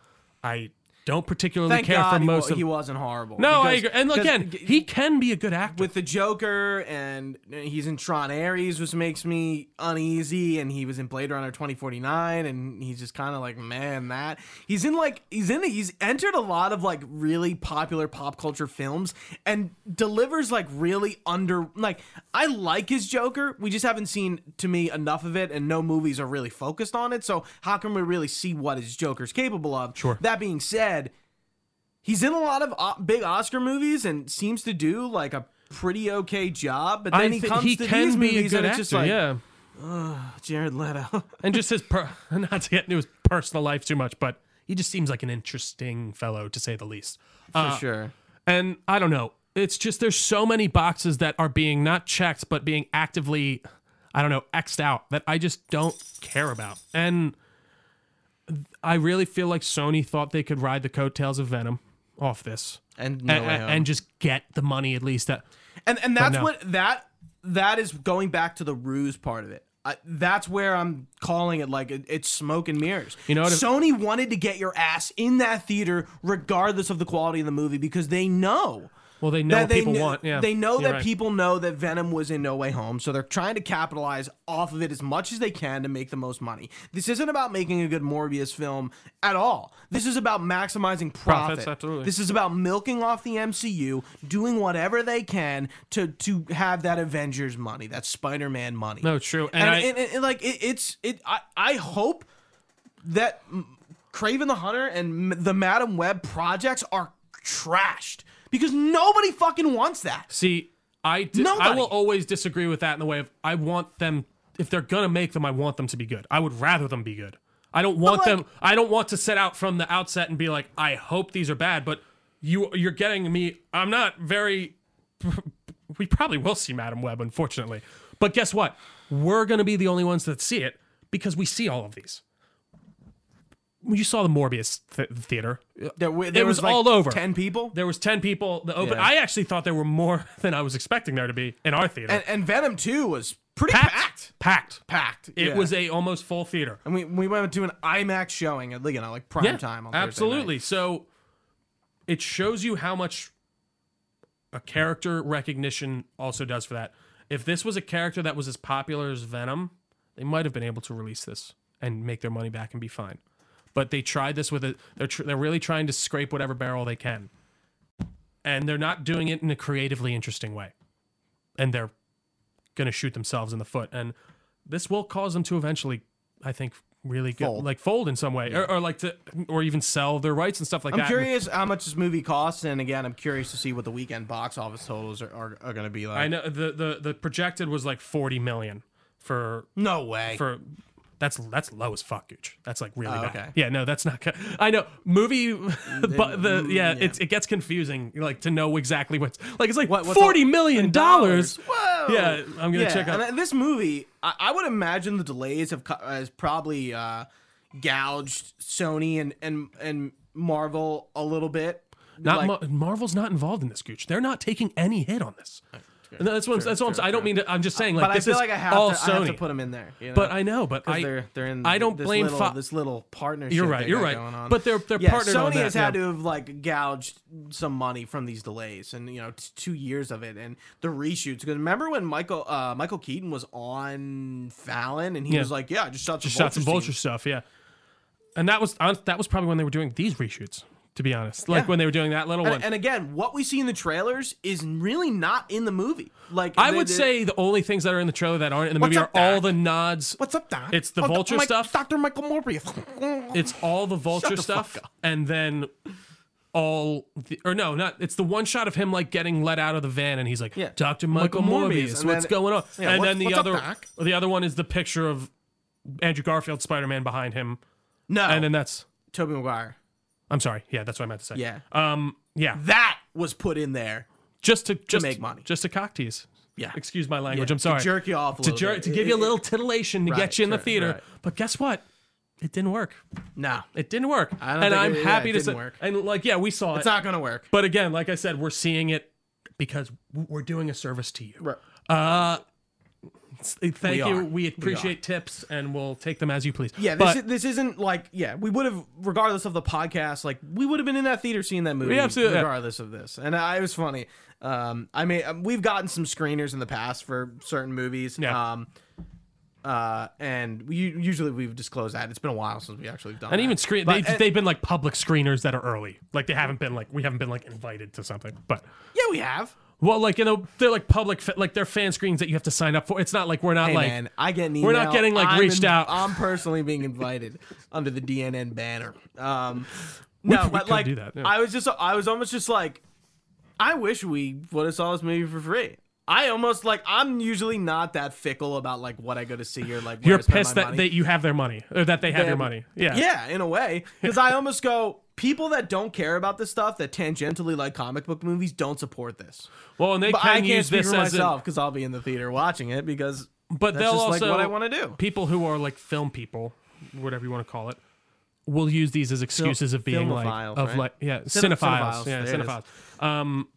Speaker 2: I don't particularly
Speaker 1: Thank
Speaker 2: care
Speaker 1: God
Speaker 2: for
Speaker 1: he,
Speaker 2: most
Speaker 1: wa-
Speaker 2: of.
Speaker 1: he wasn't horrible.
Speaker 2: no, I
Speaker 1: because-
Speaker 2: agree. And
Speaker 1: because
Speaker 2: again,
Speaker 1: g-
Speaker 2: he can be a good actor.
Speaker 1: with the Joker and he's in Tron Ares, which makes me uneasy. And he was in Blade Runner 2049, and he's just kind of like, man, that he's in like he's in he's entered a lot of like really popular pop culture films and delivers like really under like I like his Joker. We just haven't seen to me enough of it, and no movies are really focused on it. So how can we really see what his Joker's capable of?
Speaker 2: Sure.
Speaker 1: That being said he's in a lot of o- big Oscar movies and seems to do like a pretty okay job. But
Speaker 2: I
Speaker 1: then he
Speaker 2: think
Speaker 1: comes
Speaker 2: he
Speaker 1: to
Speaker 2: can
Speaker 1: these
Speaker 2: be a
Speaker 1: movies
Speaker 2: good
Speaker 1: and it's
Speaker 2: actor,
Speaker 1: just like
Speaker 2: yeah.
Speaker 1: Jared
Speaker 2: [LAUGHS]
Speaker 1: Leto.
Speaker 2: and just his per- [LAUGHS] not to get into his personal life too much, but he just seems like an interesting fellow to say the least. Uh,
Speaker 1: sure.
Speaker 2: And I don't know. It's just there's so many boxes that are being not checked, but being actively, I don't know, X'd out that I just don't care about. And I really feel like Sony thought they could ride the coattails of Venom off this
Speaker 1: and no
Speaker 2: and,
Speaker 1: way home.
Speaker 2: and just get the money at least. That
Speaker 1: And and that's
Speaker 2: no.
Speaker 1: what that that is going back to the ruse part of it. I, that's where I'm calling it like it, it's smoke and mirrors.
Speaker 2: You know what if-
Speaker 1: Sony wanted to get your ass in that theater regardless of the quality of the movie because they know
Speaker 2: well, they know
Speaker 1: that
Speaker 2: what
Speaker 1: they
Speaker 2: people
Speaker 1: kn-
Speaker 2: want. Yeah,
Speaker 1: they know
Speaker 2: you're
Speaker 1: that
Speaker 2: right.
Speaker 1: people know that Venom was in No Way Home, so they're trying to capitalize off of it as much as they can to make the most money. This isn't about making a good Morbius film at all. This is about maximizing profit.
Speaker 2: Profits, absolutely.
Speaker 1: This is about milking off the MCU, doing whatever they can to to have that Avengers money, that Spider Man money.
Speaker 2: No, it's true. And,
Speaker 1: and,
Speaker 2: I,
Speaker 1: and- and- and, like it, it's it. I I hope that mm, Craven the Hunter and M- the Madam Web projects are trashed because nobody fucking wants that.
Speaker 2: see, I di- I
Speaker 1: Nobody.
Speaker 2: will always disagree with that in the way of I want them if they're gonna make them, I want them to be good. I would rather them be good. I don't want
Speaker 1: like-
Speaker 2: them. I don't want to set out from the outset and be like, I hope these are bad. But you you're getting me. I'm not very [LAUGHS] we probably will see Madam Web, unfortunately. But guess what? We're going to be the only ones that see it because we see all of these. You saw the Morbius th- theater.
Speaker 1: There, w- there
Speaker 2: was
Speaker 1: like
Speaker 2: all over.
Speaker 1: Ten people
Speaker 2: There was ten people. The open.
Speaker 1: Yeah.
Speaker 2: I actually thought there were more [LAUGHS] than I was expecting there to be in our theater.
Speaker 1: and, and Venom Two was pretty
Speaker 2: packed,
Speaker 1: packed.
Speaker 2: packed,
Speaker 1: Packed.
Speaker 2: It
Speaker 1: yeah.
Speaker 2: was a almost full theater.
Speaker 1: And we, we went to an IMAX showing at you know like prime
Speaker 2: Yeah,
Speaker 1: time on Thursday night.
Speaker 2: absolutely. So it shows you how much a character recognition also does for that. If this was a character that was as popular as Venom, they might have been able to release this and make their money back and be fine. But they tried this with it. They're tr- they're really trying to scrape whatever barrel they can, and they're not doing it in a creatively interesting way, and they're gonna shoot themselves in the foot. And this will cause them to eventually, I think, really get,
Speaker 1: Fold.
Speaker 2: like fold in some way, or, or like to, or even sell their rights and stuff like
Speaker 1: I'm
Speaker 2: that.
Speaker 1: curious how much this movie costs, and again, I'm curious to see what the weekend box office totals are, are, are going to be like.
Speaker 2: I know the, the the projected was like forty million for
Speaker 1: No way.
Speaker 2: for that's that's low as fuck, Gooch. That's like really
Speaker 1: Oh,
Speaker 2: bad.
Speaker 1: okay.
Speaker 2: Yeah, no, that's not good. I know movie, [LAUGHS] but the yeah,
Speaker 1: mm, yeah.
Speaker 2: it's it gets confusing like to know exactly what's like it's like
Speaker 1: What- what's
Speaker 2: forty million dollars.
Speaker 1: Whoa.
Speaker 2: Yeah, I'm gonna check out-
Speaker 1: And this movie, I, I would imagine the delays have, co- has probably uh, gouged Sony and and and Marvel a little bit.
Speaker 2: Not
Speaker 1: Like-
Speaker 2: Mar- Marvel's not involved in this, Gooch. They're not taking any hit on this. And that's what I'm, that's what I'm, I don't mean to. I'm just saying like
Speaker 1: Uh, but I
Speaker 2: this
Speaker 1: feel
Speaker 2: is
Speaker 1: like I have,
Speaker 2: all
Speaker 1: to,
Speaker 2: Sony.
Speaker 1: I have to put them in there. you know?
Speaker 2: but I know, but
Speaker 1: 'Cause
Speaker 2: I
Speaker 1: they're they're in.
Speaker 2: I don't
Speaker 1: this
Speaker 2: blame
Speaker 1: little,
Speaker 2: Fo-
Speaker 1: this little partnership.
Speaker 2: You're right,
Speaker 1: they
Speaker 2: you're
Speaker 1: got
Speaker 2: right.
Speaker 1: going on.
Speaker 2: But they're- they're
Speaker 1: yeah,
Speaker 2: partnered
Speaker 1: Sony
Speaker 2: on that,
Speaker 1: has had
Speaker 2: yeah.
Speaker 1: to have like gouged some money from these delays, and you know, t- two years of it, and the reshoots. Because remember when Michael uh, Michael Keaton was on Fallon, and he
Speaker 2: Yeah.
Speaker 1: was like, "Yeah, I just shot some
Speaker 2: just shot some
Speaker 1: vulture
Speaker 2: vulture stuff, yeah. And that was hon- that was probably when they were doing these reshoots, to be honest. Like
Speaker 1: Yeah.
Speaker 2: when they were doing that little one.
Speaker 1: And, and again, what we see in the trailers is really not in the movie. Like
Speaker 2: I
Speaker 1: they-
Speaker 2: would
Speaker 1: they-
Speaker 2: say the only things that are in the trailer that aren't in the
Speaker 1: What's
Speaker 2: movie are
Speaker 1: up,
Speaker 2: all
Speaker 1: Doc?
Speaker 2: the nods.
Speaker 1: what's up, Doc?
Speaker 2: It's the
Speaker 1: Oh,
Speaker 2: vulture
Speaker 1: Mike-
Speaker 2: stuff.
Speaker 1: Dr. Michael Morbius.
Speaker 2: It's all the vulture
Speaker 1: the fuck
Speaker 2: stuff, and then all the, or no, not it's the one shot of him like getting let out of the van, and he's like,
Speaker 1: Yeah.
Speaker 2: "Dr. Michael,
Speaker 1: Michael Morbius,"
Speaker 2: Morbius,
Speaker 1: and
Speaker 2: what's
Speaker 1: then-
Speaker 2: going on?"
Speaker 1: Yeah,
Speaker 2: and
Speaker 1: what-
Speaker 2: then the
Speaker 1: what's up,
Speaker 2: other
Speaker 1: Doc?
Speaker 2: the other one is the picture of Andrew Garfield Spider Man behind him,
Speaker 1: [LAUGHS] no,
Speaker 2: and then that's
Speaker 1: Toby Maguire.
Speaker 2: I'm sorry, yeah, that's what I meant to say.
Speaker 1: Yeah.
Speaker 2: um, yeah,
Speaker 1: That was put in there.
Speaker 2: just to just
Speaker 1: make money.
Speaker 2: just to cock tease.
Speaker 1: Yeah.
Speaker 2: Excuse my language.
Speaker 1: Yeah,
Speaker 2: I'm sorry.
Speaker 1: To jerk you off a
Speaker 2: to
Speaker 1: little
Speaker 2: jerk
Speaker 1: bit.
Speaker 2: to
Speaker 1: It-
Speaker 2: give you a
Speaker 1: it-
Speaker 2: little titillation to
Speaker 1: Right,
Speaker 2: get you in the
Speaker 1: sure,
Speaker 2: theater.
Speaker 1: right.
Speaker 2: But guess what? It didn't work.
Speaker 1: No.
Speaker 2: It didn't work.
Speaker 1: I don't
Speaker 2: and
Speaker 1: think
Speaker 2: I'm
Speaker 1: it- yeah,
Speaker 2: happy
Speaker 1: it
Speaker 2: to
Speaker 1: didn't
Speaker 2: say-
Speaker 1: work.
Speaker 2: and like yeah, we saw
Speaker 1: It's
Speaker 2: it.
Speaker 1: not gonna work.
Speaker 2: but again, like I said, we're seeing it because w- we're doing a service to you.
Speaker 1: Right.
Speaker 2: Uh s- Thank
Speaker 1: We
Speaker 2: you.
Speaker 1: are.
Speaker 2: We appreciate tips, and we'll take them as you please.
Speaker 1: Yeah, this
Speaker 2: but
Speaker 1: is, this isn't like yeah. We would have, regardless of the podcast, like we would have been in that theater seeing that movie,
Speaker 2: Yeah, absolutely, yeah.
Speaker 1: regardless of this. And I, it was funny. Um, I mean, um, we've gotten some screeners in the past for certain movies.
Speaker 2: Yeah.
Speaker 1: Um, uh, and we, usually we've disclosed that. It's been a while since we actually done.
Speaker 2: and
Speaker 1: that.
Speaker 2: even screen
Speaker 1: But-
Speaker 2: they,
Speaker 1: and-
Speaker 2: they've been like public screeners that are early. Like they haven't been like we haven't been like invited to something, but.
Speaker 1: yeah, we have.
Speaker 2: Well, like you know, they're like public, fa- like they're fan screens that you have to sign up for. It's not like we're not
Speaker 1: Hey
Speaker 2: like
Speaker 1: man, I get an email.
Speaker 2: we're not getting, like,
Speaker 1: I'm
Speaker 2: reached out.
Speaker 1: I'm personally being invited [LAUGHS] under the DNN banner. Um,
Speaker 2: we
Speaker 1: no, but
Speaker 2: could
Speaker 1: like
Speaker 2: do that, yeah.
Speaker 1: I was just, I was almost just like, I wish we would have saw this movie for free. I almost like I'm usually not that fickle about like what I go to see or like where
Speaker 2: you're
Speaker 1: I spend
Speaker 2: pissed
Speaker 1: my
Speaker 2: that,
Speaker 1: money.
Speaker 2: that you have their money or that they have your
Speaker 1: Them.
Speaker 2: money. Yeah,
Speaker 1: Yeah, in a way, because I almost go people that don't care about this stuff that tangentially like comic book movies don't support this.
Speaker 2: Well, and they
Speaker 1: But
Speaker 2: can
Speaker 1: I can't
Speaker 2: use
Speaker 1: speak
Speaker 2: this
Speaker 1: for
Speaker 2: as an-
Speaker 1: myself because I'll be in the theater watching it because
Speaker 2: but
Speaker 1: that's
Speaker 2: they'll
Speaker 1: just
Speaker 2: also
Speaker 1: like what I want to do.
Speaker 2: people who are like film people, whatever you want to call it, will use these as excuses of being like
Speaker 1: filmophiles,
Speaker 2: of
Speaker 1: right?
Speaker 2: like yeah
Speaker 1: Cine-
Speaker 2: cinephiles,
Speaker 1: cinephiles,
Speaker 2: yeah
Speaker 1: there it is.
Speaker 2: cinephiles. Um,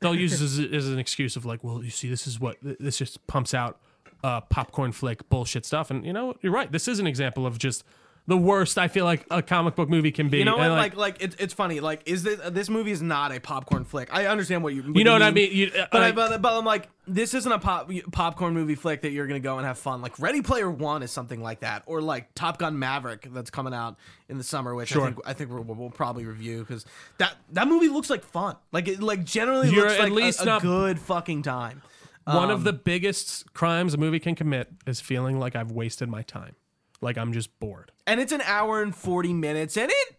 Speaker 2: they'll use this as, as an excuse of like, well, you see, this is what th- this just pumps out uh, popcorn flick bullshit stuff, and you know you're right. This is an example of just the worst. I feel like a comic book movie can be.
Speaker 1: You know what?
Speaker 2: And,
Speaker 1: Like, like, it's it's funny. Like, is this this movie is not a popcorn flick? I understand what you.
Speaker 2: you know what I mean? You, uh,
Speaker 1: But, I,
Speaker 2: like-
Speaker 1: but but I'm like, this isn't a pop popcorn movie flick that you're gonna go and have fun. Like Ready Player One is something like that, or like Top Gun Maverick that's coming out in the summer, which
Speaker 2: Sure.
Speaker 1: I think I think we'll, we'll probably review because that that movie looks like fun. Like it like generally
Speaker 2: You're
Speaker 1: looks
Speaker 2: at
Speaker 1: like a-
Speaker 2: least
Speaker 1: a,
Speaker 2: not-
Speaker 1: good fucking time.
Speaker 2: One
Speaker 1: Um,
Speaker 2: of the biggest crimes a movie can commit is feeling like I've wasted my time, like I'm just bored.
Speaker 1: and it's an hour and 40 minutes and it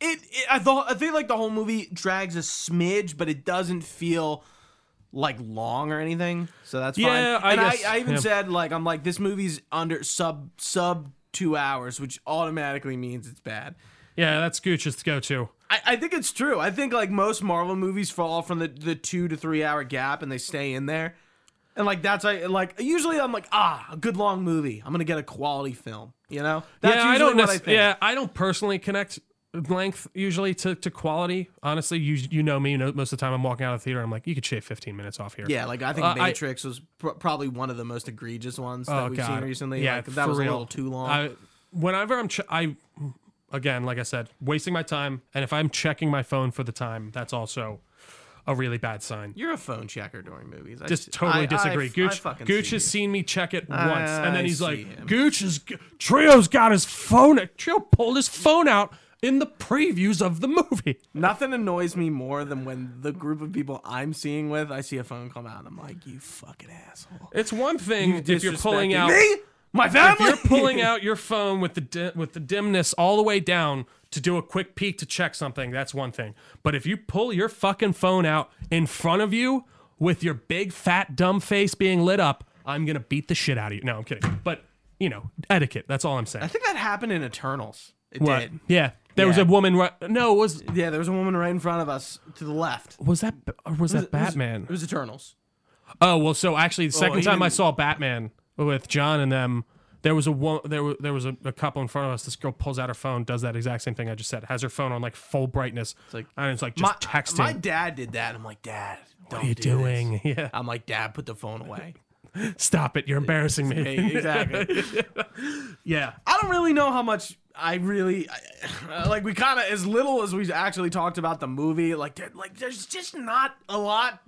Speaker 1: it, it I thought I think like the whole movie drags a smidge but it doesn't feel like long or anything so that's
Speaker 2: Yeah,
Speaker 1: fine
Speaker 2: I
Speaker 1: and
Speaker 2: guess,
Speaker 1: I, I even
Speaker 2: yeah.
Speaker 1: said like I'm like this movie's under sub sub two hours which automatically means it's bad
Speaker 2: Yeah, that's Gooch's go-to.
Speaker 1: I, I think it's true I think like most Marvel movies fall from the, the two to three hour gap and they stay in there and like that's I like usually I'm like ah a good long movie I'm gonna get a quality film you know that's
Speaker 2: yeah, I
Speaker 1: usually
Speaker 2: don't.
Speaker 1: what
Speaker 2: nec-
Speaker 1: I think.
Speaker 2: Yeah, I don't personally connect length usually to, to quality. Honestly, you you know me. You know, most of the time I'm walking out of the theater, I'm like, you could shave 15 minutes off here.
Speaker 1: Yeah, like I think
Speaker 2: Uh, I-
Speaker 1: Matrix was pr- probably one of the most egregious ones that
Speaker 2: Oh,
Speaker 1: we've
Speaker 2: God.
Speaker 1: seen recently.
Speaker 2: Yeah,
Speaker 1: like, that
Speaker 2: for
Speaker 1: was a
Speaker 2: real.
Speaker 1: little too long.
Speaker 2: I, whenever I'm, ch- I again, like I said, wasting my time, and if I'm checking my phone for the time, that's also a really bad sign.
Speaker 1: You're a phone checker during movies. I
Speaker 2: Just
Speaker 1: see-
Speaker 2: totally
Speaker 1: I- I
Speaker 2: disagree.
Speaker 1: f- I
Speaker 2: Gooch,
Speaker 1: fucking
Speaker 2: Gooch
Speaker 1: see
Speaker 2: has
Speaker 1: you.
Speaker 2: seen me check it once, and then
Speaker 1: I
Speaker 2: he's like,
Speaker 1: see him.
Speaker 2: Gooch is Trio's got his phone. Trio pulled his phone out in the previews of the movie.
Speaker 1: Nothing annoys me more than when the group of people I'm seeing with, I see a phone come out, and I'm like, you fucking asshole.
Speaker 2: It's one thing if you're pulling
Speaker 1: Disrespecting
Speaker 2: out
Speaker 1: me, my
Speaker 2: if
Speaker 1: family. [LAUGHS]
Speaker 2: you're pulling out your phone with the di- with the dimness all the way down to do a quick peek to check something, that's one thing. But if you pull your fucking phone out in front of you with your big fat dumb face being lit up, I'm gonna beat the shit out of you. No, I'm kidding. But you know, etiquette. That's all I'm
Speaker 1: I
Speaker 2: saying.
Speaker 1: think that happened in Eternals. It
Speaker 2: What?
Speaker 1: did.
Speaker 2: Yeah, there was
Speaker 1: Yeah.
Speaker 2: a woman. Right, no, it was
Speaker 1: Yeah, there was a woman right in front of us to the left.
Speaker 2: was that or was that
Speaker 1: It was-
Speaker 2: Batman?
Speaker 1: It was Eternals.
Speaker 2: Oh well, so actually, the second time I
Speaker 1: even-
Speaker 2: saw Batman with John and them, there was a wo- there was there was a, a couple in front of us. This girl pulls out her phone, does that exact same thing I just said. Has her phone on like full brightness,
Speaker 1: like-
Speaker 2: and it's like just
Speaker 1: My,
Speaker 2: texting.
Speaker 1: my dad did that. and I'm like, Dad,
Speaker 2: what are you
Speaker 1: do this."
Speaker 2: doing? Yeah,
Speaker 1: I'm like, Dad, put the phone
Speaker 2: [LAUGHS]
Speaker 1: away. [LAUGHS]
Speaker 2: stop it! You're embarrassing me.
Speaker 1: Hey, exactly.
Speaker 2: yeah,
Speaker 1: I don't really know how much I really I, like. We kind of as little as we actually talked about the movie. Like, there, like there's just not a lot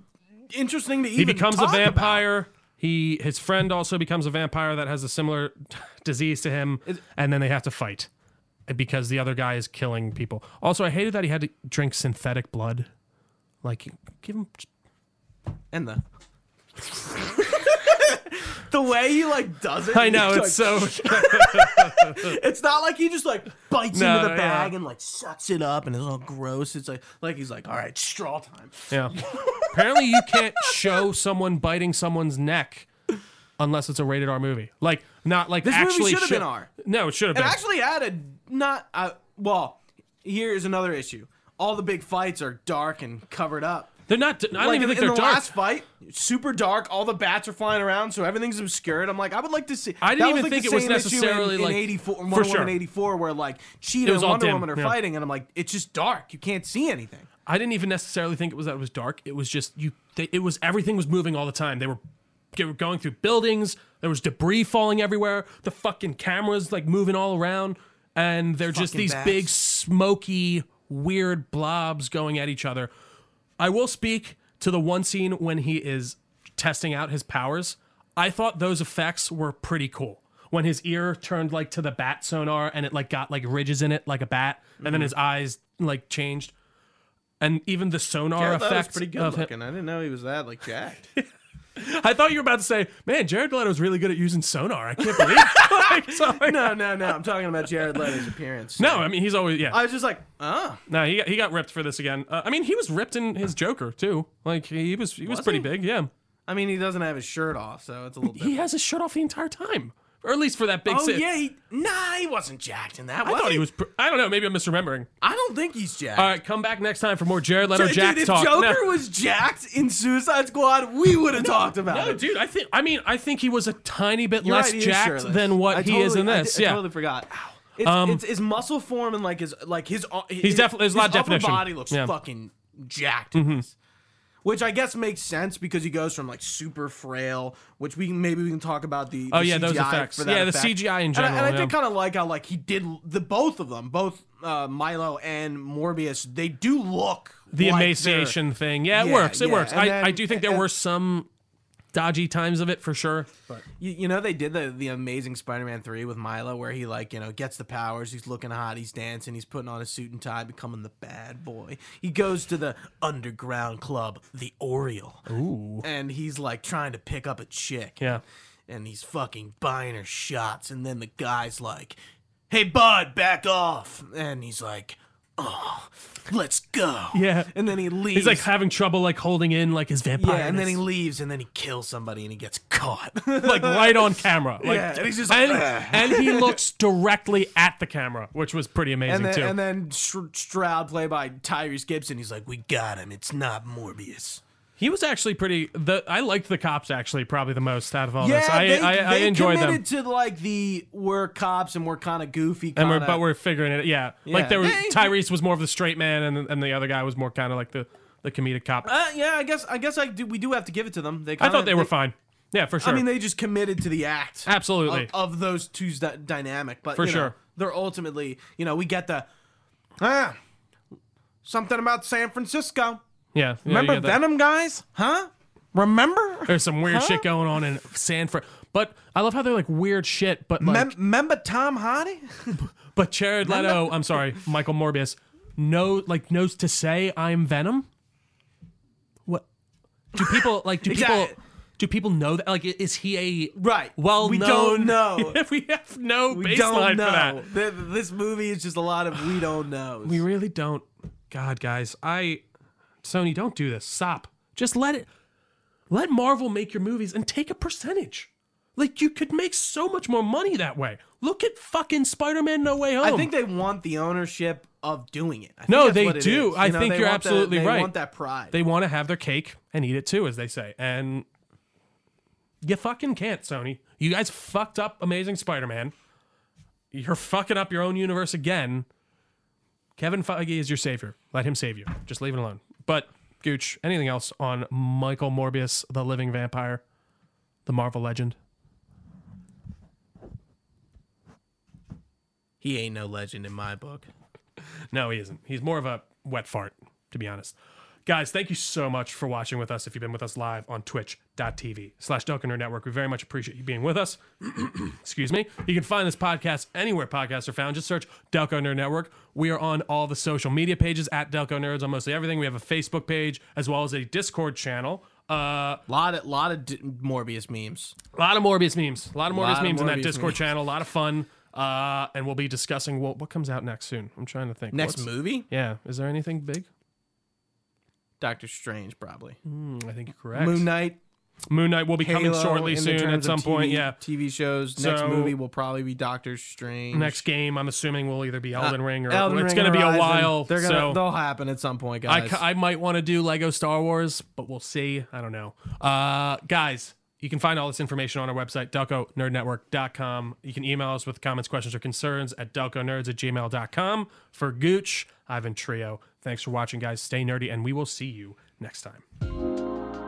Speaker 1: interesting to even.
Speaker 2: he becomes a
Speaker 1: talk about.
Speaker 2: vampire. He his friend also becomes a vampire that has a similar [LAUGHS] disease to him, and then they have to fight because the other guy is killing people. Also, I hated that he had to drink synthetic blood. Like, give him
Speaker 1: and the. [LAUGHS] The way he like does it,
Speaker 2: I know
Speaker 1: like,
Speaker 2: it's [LAUGHS] so.
Speaker 1: It's not like he just like bites
Speaker 2: No,
Speaker 1: into
Speaker 2: no,
Speaker 1: the bag
Speaker 2: yeah.
Speaker 1: and like sucks it up and it's all gross. It's like like he's like, all right, straw time.
Speaker 2: Yeah. Apparently, you can't show someone biting someone's neck unless it's a rated R movie. Like, not like
Speaker 1: This movie
Speaker 2: actually
Speaker 1: should have
Speaker 2: sho-
Speaker 1: been R.
Speaker 2: No, it should have been.
Speaker 1: It actually had a not. Uh, well, here's another issue. All the big fights are dark and covered up.
Speaker 2: they're not. I don't
Speaker 1: like
Speaker 2: even think
Speaker 1: in
Speaker 2: they're
Speaker 1: the
Speaker 2: dark.
Speaker 1: last fight, super dark. All the bats are flying around, so everything's obscured. I'm like, I would like to see.
Speaker 2: I didn't
Speaker 1: that
Speaker 2: even
Speaker 1: was like
Speaker 2: think
Speaker 1: the
Speaker 2: it was
Speaker 1: same issue
Speaker 2: necessarily,
Speaker 1: in,
Speaker 2: like-
Speaker 1: in 84,
Speaker 2: for
Speaker 1: Wonder Woman
Speaker 2: sure.
Speaker 1: 84, where like Cheetah
Speaker 2: was
Speaker 1: and
Speaker 2: all
Speaker 1: Wonder
Speaker 2: dim,
Speaker 1: Woman are
Speaker 2: yeah.
Speaker 1: fighting, and I'm like, it's just dark. You can't see anything.
Speaker 2: I didn't even necessarily think it was that it was dark. It was just you. They, it was everything was moving all the time. They were they were going through buildings. There was debris falling everywhere. The fucking cameras like moving all around, and they're just
Speaker 1: Fucking
Speaker 2: these
Speaker 1: bats.
Speaker 2: big smoky weird blobs going at each other. I will speak to the one scene when he is testing out his powers. I thought those effects were pretty cool. When his ear turned like to the bat sonar and it like got like ridges in it like a bat, and then
Speaker 1: Mm-hmm.
Speaker 2: his eyes like changed, and even the sonar effects of him.
Speaker 1: I didn't know he was that like
Speaker 2: [LAUGHS]
Speaker 1: jacked.
Speaker 2: I thought you were about to say, "Man, Jared Leto's really good at using sonar." I can't believe. [LAUGHS]
Speaker 1: [LAUGHS]
Speaker 2: like, sorry.
Speaker 1: no,
Speaker 2: No,
Speaker 1: no, no. I'm talking about Jared Leto's appearance.
Speaker 2: I mean he's always yeah.
Speaker 1: I was just like, oh,
Speaker 2: No, he got, he got ripped for this again. Uh, I mean he was ripped in his Joker too. Like he was he was, pretty
Speaker 1: he?
Speaker 2: big. Yeah.
Speaker 1: I mean, he doesn't have his shirt off, so it's a little.
Speaker 2: he
Speaker 1: Different.
Speaker 2: has his shirt off the entire time, or at least for that big.
Speaker 1: Oh
Speaker 2: sit-
Speaker 1: yeah, he, nah, he wasn't jacked in that.
Speaker 2: I thought he was. Pr- I don't know. Maybe I'm misremembering.
Speaker 1: I don't think he's jacked.
Speaker 2: All right, come back next time for more Jared Leto
Speaker 1: Dude,
Speaker 2: Jack
Speaker 1: if
Speaker 2: talk.
Speaker 1: Joker
Speaker 2: no,
Speaker 1: was jacked in Suicide Squad, we would have talked about
Speaker 2: no,
Speaker 1: it.
Speaker 2: dude. I think. I mean, I think he was a tiny bit
Speaker 1: You're
Speaker 2: less
Speaker 1: right, he is
Speaker 2: jacked
Speaker 1: shirtless.
Speaker 2: than what
Speaker 1: I
Speaker 2: he is
Speaker 1: totally-
Speaker 2: in
Speaker 1: I
Speaker 2: this.
Speaker 1: di- I
Speaker 2: yeah. Um,
Speaker 1: totally forgot. It's, it's his muscle form and like his like his he's
Speaker 2: definitely- there's a lot of
Speaker 1: his
Speaker 2: definition.
Speaker 1: Upper body looks
Speaker 2: Yeah. Mm-hmm.
Speaker 1: fucking jacked, in this. which I guess makes sense because he goes from like super frail, which we maybe we can talk about the,
Speaker 2: Oh,
Speaker 1: the
Speaker 2: yeah,
Speaker 1: CGI
Speaker 2: those effects.
Speaker 1: for that
Speaker 2: Yeah, the
Speaker 1: effect.
Speaker 2: CGI in
Speaker 1: And I- And
Speaker 2: general,
Speaker 1: I,
Speaker 2: yeah.
Speaker 1: did kind of like how like he did the both of them, both uh, Milo and Morbius. They do look
Speaker 2: the
Speaker 1: like they're-
Speaker 2: emaciation thing. Yeah, it
Speaker 1: Yeah,
Speaker 2: works. It
Speaker 1: yeah,
Speaker 2: works.
Speaker 1: and
Speaker 2: I,
Speaker 1: then-
Speaker 2: I do think there
Speaker 1: and-
Speaker 2: were some dodgy times of it for sure. But
Speaker 1: You, you know they did the the amazing Spider-Man 3 with Milo where he like, you know, gets the powers, he's looking hot, he's dancing, he's putting on a suit and tie, becoming the bad boy. He goes to the underground club, the Oriole,
Speaker 2: ooh,
Speaker 1: and he's like trying to pick up a chick.
Speaker 2: yeah,
Speaker 1: And he's fucking buying her shots and then the guy's like, "Hey bud, back off." And he's like, "Oh, let's go."
Speaker 2: Yeah.
Speaker 1: And then he leaves.
Speaker 2: he's like having trouble like holding in like his vampire.
Speaker 1: yeah, and then he leaves and then he kills somebody and he gets caught.
Speaker 2: [LAUGHS]
Speaker 1: [LAUGHS]
Speaker 2: like right on camera. Like,
Speaker 1: Yeah, and he's just
Speaker 2: and,
Speaker 1: like, "Ugh."
Speaker 2: and he
Speaker 1: [LAUGHS]
Speaker 2: looks directly at the camera, which was pretty
Speaker 1: And
Speaker 2: amazing
Speaker 1: then,
Speaker 2: too.
Speaker 1: and then Sh- Stroud, played by Tyrese Gibson, he's like, "We got him. It's not Morbius."
Speaker 2: he was actually pretty. The I liked the cops actually probably the most out of all this. I I, I enjoyed them.
Speaker 1: committed to like the we're cops and we're kind of goofy.
Speaker 2: and
Speaker 1: Kinda,
Speaker 2: we're but we're figuring it. Yeah, like
Speaker 1: Yeah.
Speaker 2: there was
Speaker 1: Hey.
Speaker 2: Tyrese was more of the straight man, and and the other guy was more kind of like the the comedic cop.
Speaker 1: uh, yeah, I guess I guess I do. We do have to give it to them. They
Speaker 2: I
Speaker 1: kinda,
Speaker 2: thought they were fine. Yeah, for
Speaker 1: I
Speaker 2: sure.
Speaker 1: mean, they just committed to the act.
Speaker 2: Absolutely.
Speaker 1: Of, of those two's dy- dynamic, but
Speaker 2: For
Speaker 1: you know,
Speaker 2: sure.
Speaker 1: they're ultimately, you know, we get the ah something about San Francisco.
Speaker 2: yeah, yeah,
Speaker 1: Remember
Speaker 2: you get that.
Speaker 1: Venom, guys? Huh? Remember?
Speaker 2: There's some weird shit going on in Sanford, but I love how they're like weird shit. But like,
Speaker 1: Mem- remember Tom Hardy?
Speaker 2: but Jared Leto, I'm sorry, Michael Morbius, no, like knows to say I'm Venom. What do people like?
Speaker 1: [LAUGHS]
Speaker 2: Do people
Speaker 1: Exactly.
Speaker 2: do people know that? Like, i- is he a
Speaker 1: Right.
Speaker 2: Well,
Speaker 1: We don't know.
Speaker 2: [LAUGHS] we have no
Speaker 1: We
Speaker 2: baseline
Speaker 1: don't
Speaker 2: for that.
Speaker 1: know. Th- This movie is just a lot of we don't know.
Speaker 2: We really don't. God, guys, I Sony, don't do this. Stop. Just let it. Let Marvel make your movies and take a percentage. Like you could make so much more money that way. Look at fucking Spider-Man: No Way Home.
Speaker 1: I think they want the ownership of doing it. I think
Speaker 2: No,
Speaker 1: that's
Speaker 2: they
Speaker 1: what it
Speaker 2: do.
Speaker 1: is. You
Speaker 2: I think
Speaker 1: they
Speaker 2: you're
Speaker 1: want that-
Speaker 2: absolutely
Speaker 1: they
Speaker 2: right.
Speaker 1: want that pride.
Speaker 2: they want to have their cake and eat it too, as they say. And you fucking can't, Sony. You guys fucked up Amazing Spider-Man. You're fucking up your own universe again. Kevin Feige is your savior. Let him save you. Just leave it alone. But Gooch, anything else on Michael Morbius, the living vampire, the Marvel legend?
Speaker 1: he ain't no legend in my book.
Speaker 2: No, he isn't. He's more of a wet fart, to be honest. Guys, thank you so much for watching with us. If you've been with us live on twitch.tv slash Dunkin' Nerd Network, we very much appreciate you being with us. [CLEARS THROAT] Excuse me. You can find this podcast anywhere podcasts are found. Just search Delco Nerd Network. We are on all the social media pages at Delco Nerds on mostly everything. We have a Facebook page as well as a Discord channel. Uh,
Speaker 1: Lot of lot of d- Morbius memes.
Speaker 2: a lot of Morbius memes. A lot of Morbius
Speaker 1: Lot of
Speaker 2: memes in that
Speaker 1: Morbius
Speaker 2: Discord
Speaker 1: memes.
Speaker 2: channel. A lot of fun. Uh, and we'll be discussing what, what comes out next soon. I'm trying to think.
Speaker 1: Next
Speaker 2: What's-
Speaker 1: movie,
Speaker 2: Yeah. Is there anything big?
Speaker 1: Doctor Strange probably.
Speaker 2: Hmm, I think you're correct.
Speaker 1: Moon
Speaker 2: Moon,
Speaker 1: Knight
Speaker 2: Knight will be coming
Speaker 1: Halo,
Speaker 2: shortly
Speaker 1: in the
Speaker 2: soon
Speaker 1: terms
Speaker 2: at
Speaker 1: of
Speaker 2: some
Speaker 1: TV
Speaker 2: point. Yeah.
Speaker 1: TV shows. Next
Speaker 2: So-
Speaker 1: movie will probably be Doctor Strange.
Speaker 2: Next game, I'm assuming will either be Elden Ring or
Speaker 1: Uh, Elden
Speaker 2: it's
Speaker 1: Ring
Speaker 2: going to be a
Speaker 1: Horizon.
Speaker 2: while.
Speaker 1: They're gonna
Speaker 2: so
Speaker 1: they'll happen at some point,
Speaker 2: I,
Speaker 1: guys.
Speaker 2: ca- I might want to do Lego Star Wars, but we'll see. I don't know. Uh, guys, you can find all this information on our website, DelcoNerdNetwork.com. You can email us with comments, questions, or concerns at DelcoNerds at gmail.com. For Gooch, Ivan Trio. Thanks for watching, guys. Stay nerdy, and we will see you next time.